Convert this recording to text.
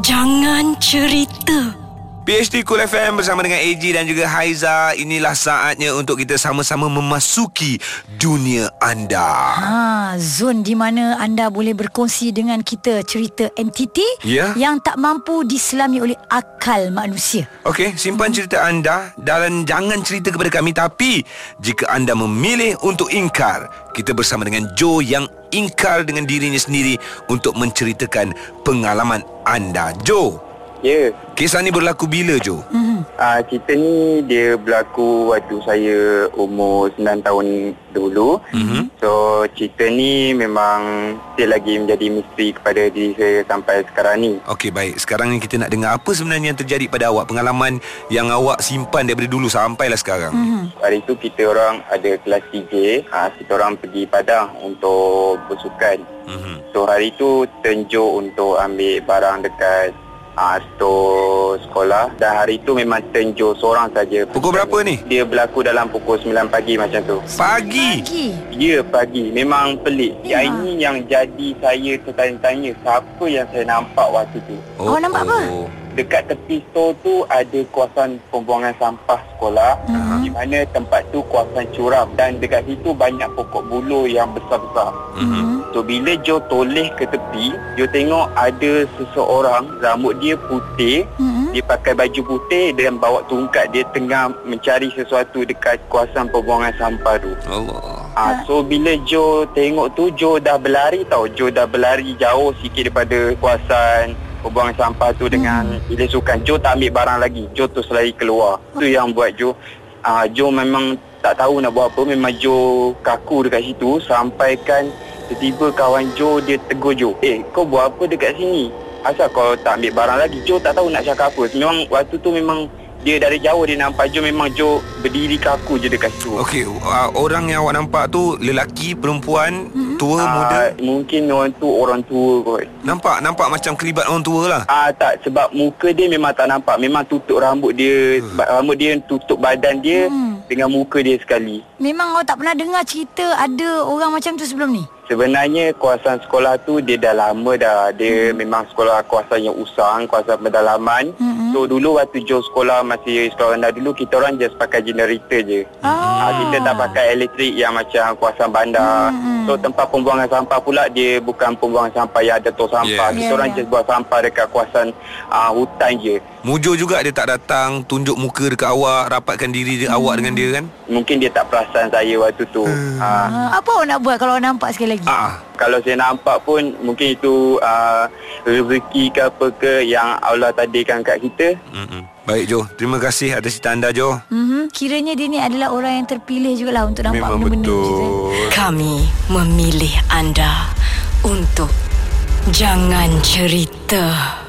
Jangan cerita. PhD Cool FM bersama dengan AG dan juga Haiza Inilah saatnya untuk kita sama-sama memasuki dunia anda Ha, zon di mana anda boleh berkongsi dengan kita cerita entiti Ya. yang tak mampu diselami oleh akal manusia. Okey, simpan cerita anda Dan jangan cerita kepada kami Tapi jika anda memilih untuk ingkar Kita bersama dengan Joe yang ingkar dengan dirinya sendiri Untuk menceritakan pengalaman anda Joe, Ya, kisah ni berlaku bila Joe? ah cerita ni dia berlaku waktu saya umur 9 tahun dulu. Mm-hmm. Mhm. So cerita ni memang still lagi menjadi misteri kepada diri saya sampai sekarang ni. Okey baik, sekarang ni kita nak dengar apa sebenarnya yang terjadi pada awak Pengalaman yang awak simpan daripada dulu sampailah sekarang mm-hmm. Hari tu kita orang ada kelas 3, ah kita orang pergi Padang untuk bersukan. Mhm. So hari tu tenjuk untuk ambil barang dekat ah store sekolah dan hari tu memang tenjuk seorang saja. Pukul berapa ni? Dia berlaku dalam pukul 9 pagi macam tu. Pagi Lagi. Ya pagi memang pelik. Ya. Yang ini yang jadi saya tertanya-tanya siapa yang saya nampak waktu tu. Oh, Awak nampak apa? Dekat tepi store tu ada kawasan pembuangan sampah sekolah di mana tempat tu kawasan curam dan dekat situ banyak pokok buluh yang besar-besar. Mm-hmm. Mhm. So bila Joe toleh ke tepi, Joe tengok ada seseorang rambut dia putih, Mhm. dia pakai baju putih dan bawa tongkat dia tengah mencari sesuatu dekat kawasan pembuangan sampah tu. Allah. Ah, so bila Joe tengok tu Joe dah berlari tau Joe dah berlari jauh sikit daripada kawasan Pembuangan sampah tu dengan bilik sukan Joe tak ambil barang lagi Joe terus lari keluar Tu yang buat Joe ah, Joe memang tak tahu nak buat apa Memang Joe kaku dekat situ Sampaikan tiba-tiba kawan Joe dia tegur Joe Eh kau buat apa dekat sini? Asal kau tak ambil barang lagi Joe tak tahu nak cakap apa Memang waktu tu memang dia dari jauh dia nampak Joe memang Joe berdiri kaku je dekat situ Okey, uh, orang yang awak nampak tu lelaki, perempuan, mm-hmm. tua, uh, muda. Ah, Mungkin orang tu orang tua kot Nampak nampak macam kelibat orang tua lah. Ah tak sebab muka dia memang tak nampak Memang tutup rambut dia sebab Rambut dia tutup badan dia Hmm. Dengan muka dia sekali Memang awak tak pernah dengar cerita ada orang macam tu sebelum ni? Sebenarnya kawasan sekolah tu dia dah lama dah Dia memang sekolah kawasan yang usang Kawasan pendalaman Hmm. So dulu waktu Joe sekolah masih sekolah rendah dulu Kita orang just pakai generator je Ah. Kita tak pakai elektrik yang macam kawasan bandar Hmm, hmm. So tempat pembuangan sampah pula Dia bukan pembuangan sampah yang ada tong sampah Yeah. Kita Yeah, orang yeah. just buat sampah dekat kawasan ah, hutan je Mujur juga dia tak datang, tunjuk muka dekat awak, rapatkan diri Mm-hmm. dia, awak dengan dia kan? Mungkin dia tak perasan saya waktu tu ha, Ah, apa awak nak buat kalau awak nampak sekali lagi? Ah, ah. Kalau saya nampak pun Mungkin itu uh, Rezeki ke apa ke Yang Allah tadikan kat kita Mm-mm. Baik Jo, terima kasih atas cerita anda Jo. Mhm, kiranya dia ni adalah orang yang terpilih jugalah untuk nampak Memang benda-benda macam tu. betul. Kami memilih anda untuk Jangan Cerita.